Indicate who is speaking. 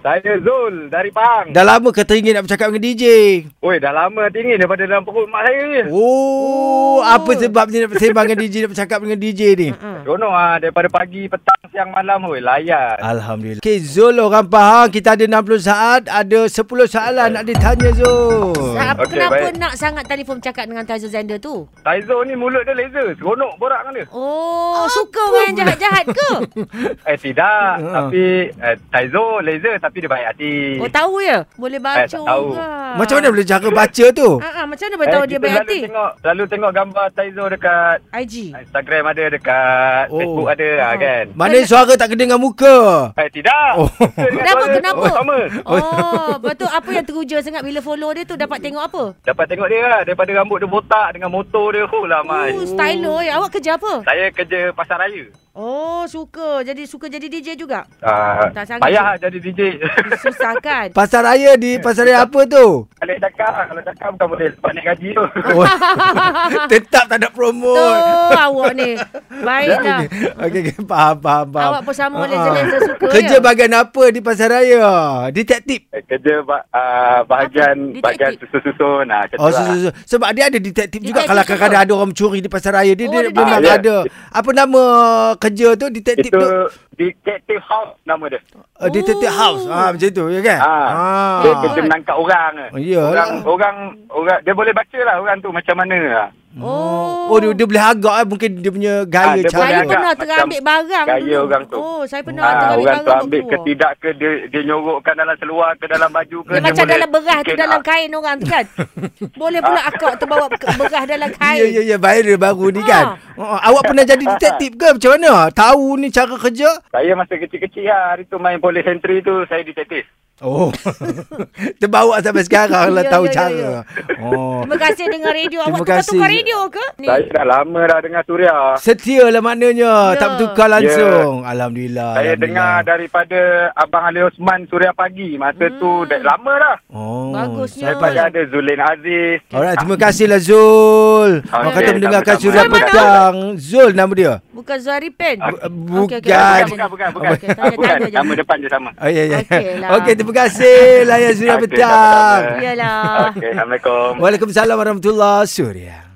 Speaker 1: Saya Zul dari Pahang.
Speaker 2: Dah lama kata ingin nak bercakap dengan DJ.
Speaker 1: Oi, dah lama tinggi daripada dalam perut mak saya ni.
Speaker 2: Oh, oh. apa sebabnya nak bersembang dengan DJ, nak bercakap dengan DJ ni?
Speaker 1: Dono ah daripada pagi, petang, siang, malam oi,
Speaker 3: Ah.
Speaker 1: layan.
Speaker 2: Alhamdulillah. Okey, Zul orang Pahang, kita ada 60 saat, ada 10 soalan nak ditanya Zul.
Speaker 1: Okey,
Speaker 3: Apa, okay, kenapa
Speaker 1: baik.
Speaker 3: baik. nak sangat telefon cakap dengan Taizul Zander tu?
Speaker 1: Taizo ni mulut dia laser, seronok borak dengan dia.
Speaker 3: Oh, suka orang yang jahat-jahat ke?
Speaker 1: Eh tidak,
Speaker 2: Ha.
Speaker 1: tapi eh, Taizo laser tapi dia baik hati.
Speaker 3: Ah. Oh, tahu ya? Boleh
Speaker 1: Eh,
Speaker 3: baca
Speaker 1: tak tahu.
Speaker 3: orang.
Speaker 2: Macam mana boleh cara baca tu?
Speaker 3: Ah, ah, macam mana boleh tahu
Speaker 1: Eh,
Speaker 3: dia
Speaker 1: kita
Speaker 3: baik
Speaker 1: selalu
Speaker 3: hati?
Speaker 1: Tengok, Eh, selalu tengok gambar Taizo dekat
Speaker 3: IG.
Speaker 1: Instagram ada, dekat
Speaker 2: Oh.
Speaker 1: oh. Facebook ada ha.
Speaker 3: Ah.
Speaker 1: kan.
Speaker 2: Mana suara tak kena dengan muka.
Speaker 1: Eh tidak.
Speaker 2: Oh.
Speaker 1: Kita dengan
Speaker 3: Kenapa,
Speaker 1: suara
Speaker 3: kenapa?
Speaker 1: Sama.
Speaker 3: Oh, lepas tu apa yang teruja sangat bila follow dia tu dapat tengok apa?
Speaker 1: Dapat tengok dia lah daripada rambut dia botak dengan motor dia. Oh lah mai.
Speaker 3: Uh, stylo ya. Awak kerja apa?
Speaker 1: Saya kerja pasar raya.
Speaker 3: Oh, suka. Jadi suka jadi DJ juga.
Speaker 1: Ah,
Speaker 3: Tak sanggup.
Speaker 1: payah lah jadi DJ.
Speaker 3: Susah kan?
Speaker 2: Pasar raya di pasar raya apa tu?
Speaker 1: Kalau cakap, kalau cakap bukan boleh sebab naik gaji tu.
Speaker 2: Oh, tetap tak ada promote.
Speaker 3: Tu awak ni. Baiklah.
Speaker 2: Okey, okay, faham, faham, faham.
Speaker 3: Awak pun sama
Speaker 2: Ah,
Speaker 3: laser-laser
Speaker 2: ah.
Speaker 3: suka,
Speaker 2: Kerja
Speaker 3: ya?
Speaker 2: bagian apa di pasar raya? Detektif.
Speaker 1: kerja ba- ah, bahagian
Speaker 3: Apa?
Speaker 1: bahagian
Speaker 3: Detektif?
Speaker 1: susun-susun. Ah, kerja
Speaker 2: Oh,
Speaker 1: lah.
Speaker 2: so, so, so. Sebab dia ada detektif juga
Speaker 3: Detektif
Speaker 2: kalau kadang-kadang
Speaker 3: juga.
Speaker 2: ada orang mencuri di pasar raya. Dia,
Speaker 3: Oh,
Speaker 2: dia
Speaker 3: ada
Speaker 2: memang
Speaker 1: detektif.
Speaker 2: ada. Apa nama uh, kerja tu? Detektif
Speaker 1: Itu
Speaker 2: tu?
Speaker 1: Detective House nama dia.
Speaker 2: Uh, detektif
Speaker 3: Oh.
Speaker 2: house. Ah, macam tu, ya kan?
Speaker 1: Ah.
Speaker 2: Ah.
Speaker 1: Dia kerja menangkap orang.
Speaker 2: Oh, iyalah.
Speaker 1: Orang, orang, orang, dia boleh baca lah orang tu macam mana lah.
Speaker 3: Oh.
Speaker 2: Oh, dia, dia boleh agak eh. Mungkin dia punya
Speaker 1: Ah,
Speaker 2: gaya
Speaker 1: dia boleh
Speaker 3: saya
Speaker 1: agak
Speaker 3: pernah
Speaker 1: macam
Speaker 3: terambil barang
Speaker 1: gaya
Speaker 3: dulu.
Speaker 1: orang tu.
Speaker 3: Oh, saya pernah
Speaker 1: Ah,
Speaker 3: terambil
Speaker 1: orang tu
Speaker 3: barang
Speaker 1: ambil ke tidak ke dia, dia nyorokkan dalam seluar ke dalam baju ke
Speaker 3: Dia macam
Speaker 1: boleh
Speaker 3: dalam beras tu
Speaker 1: bikin,
Speaker 3: dalam
Speaker 1: ah.
Speaker 3: kain orang tu kan. Boleh pula akak tu bawa ke- beras dalam kain.
Speaker 2: Ya, ya, ya. Viral baru
Speaker 3: Ah.
Speaker 2: ni kan. Oh, awak pernah jadi detektif ke? Macam mana? Tahu ni cara kerja?
Speaker 1: Saya masa kecil-kecil lah hari tu main polis entry tu saya detektif.
Speaker 2: Oh. Terbawa sampai sekarang lah
Speaker 3: Ya,
Speaker 2: tahu
Speaker 3: ya, ya,
Speaker 2: cara. Oh.
Speaker 3: Terima kasih dengan radio. Awak
Speaker 2: Terima
Speaker 3: tukar-tukar
Speaker 2: kasih.
Speaker 3: radio ke? Ni.
Speaker 1: Saya dah lama dah dengar Suria.
Speaker 2: Setia lah maknanya.
Speaker 3: Ya.
Speaker 2: Tak bertukar langsung.
Speaker 1: Ya.
Speaker 2: Alhamdulillah.
Speaker 1: Saya
Speaker 2: Alhamdulillah.
Speaker 1: dengar daripada Abang Ali Osman Suria Pagi. Masa tu
Speaker 3: Hmm.
Speaker 1: dah lama dah.
Speaker 2: Oh,
Speaker 3: Bagusnya.
Speaker 2: sampai-
Speaker 1: Saya ada Zulin Aziz. Ah,
Speaker 2: Alright, terima kasihlah Zul. Orang
Speaker 1: Okey,
Speaker 2: kata mendengarkan
Speaker 1: sama-sama.
Speaker 2: surat
Speaker 3: Zul mana?
Speaker 2: petang. Zul nama dia.
Speaker 3: Bukan Zuhari Pen.
Speaker 2: Bu- bukan.
Speaker 3: Okey, okey, okey,
Speaker 1: Bukan,
Speaker 3: okey.
Speaker 1: bukan, bukan.
Speaker 3: Okey, tanya,
Speaker 1: bukan.
Speaker 3: tanya je.
Speaker 1: Nama depan je sama.
Speaker 2: Oh, ya, ya.
Speaker 3: Okey lah.
Speaker 2: Okey, terima kasih layan surat
Speaker 1: Okey,
Speaker 2: petang.
Speaker 1: sama-sama.
Speaker 3: Yalah.
Speaker 1: Okey, Assalamualaikum.
Speaker 2: Waalaikumsalam warahmatullahi Suria.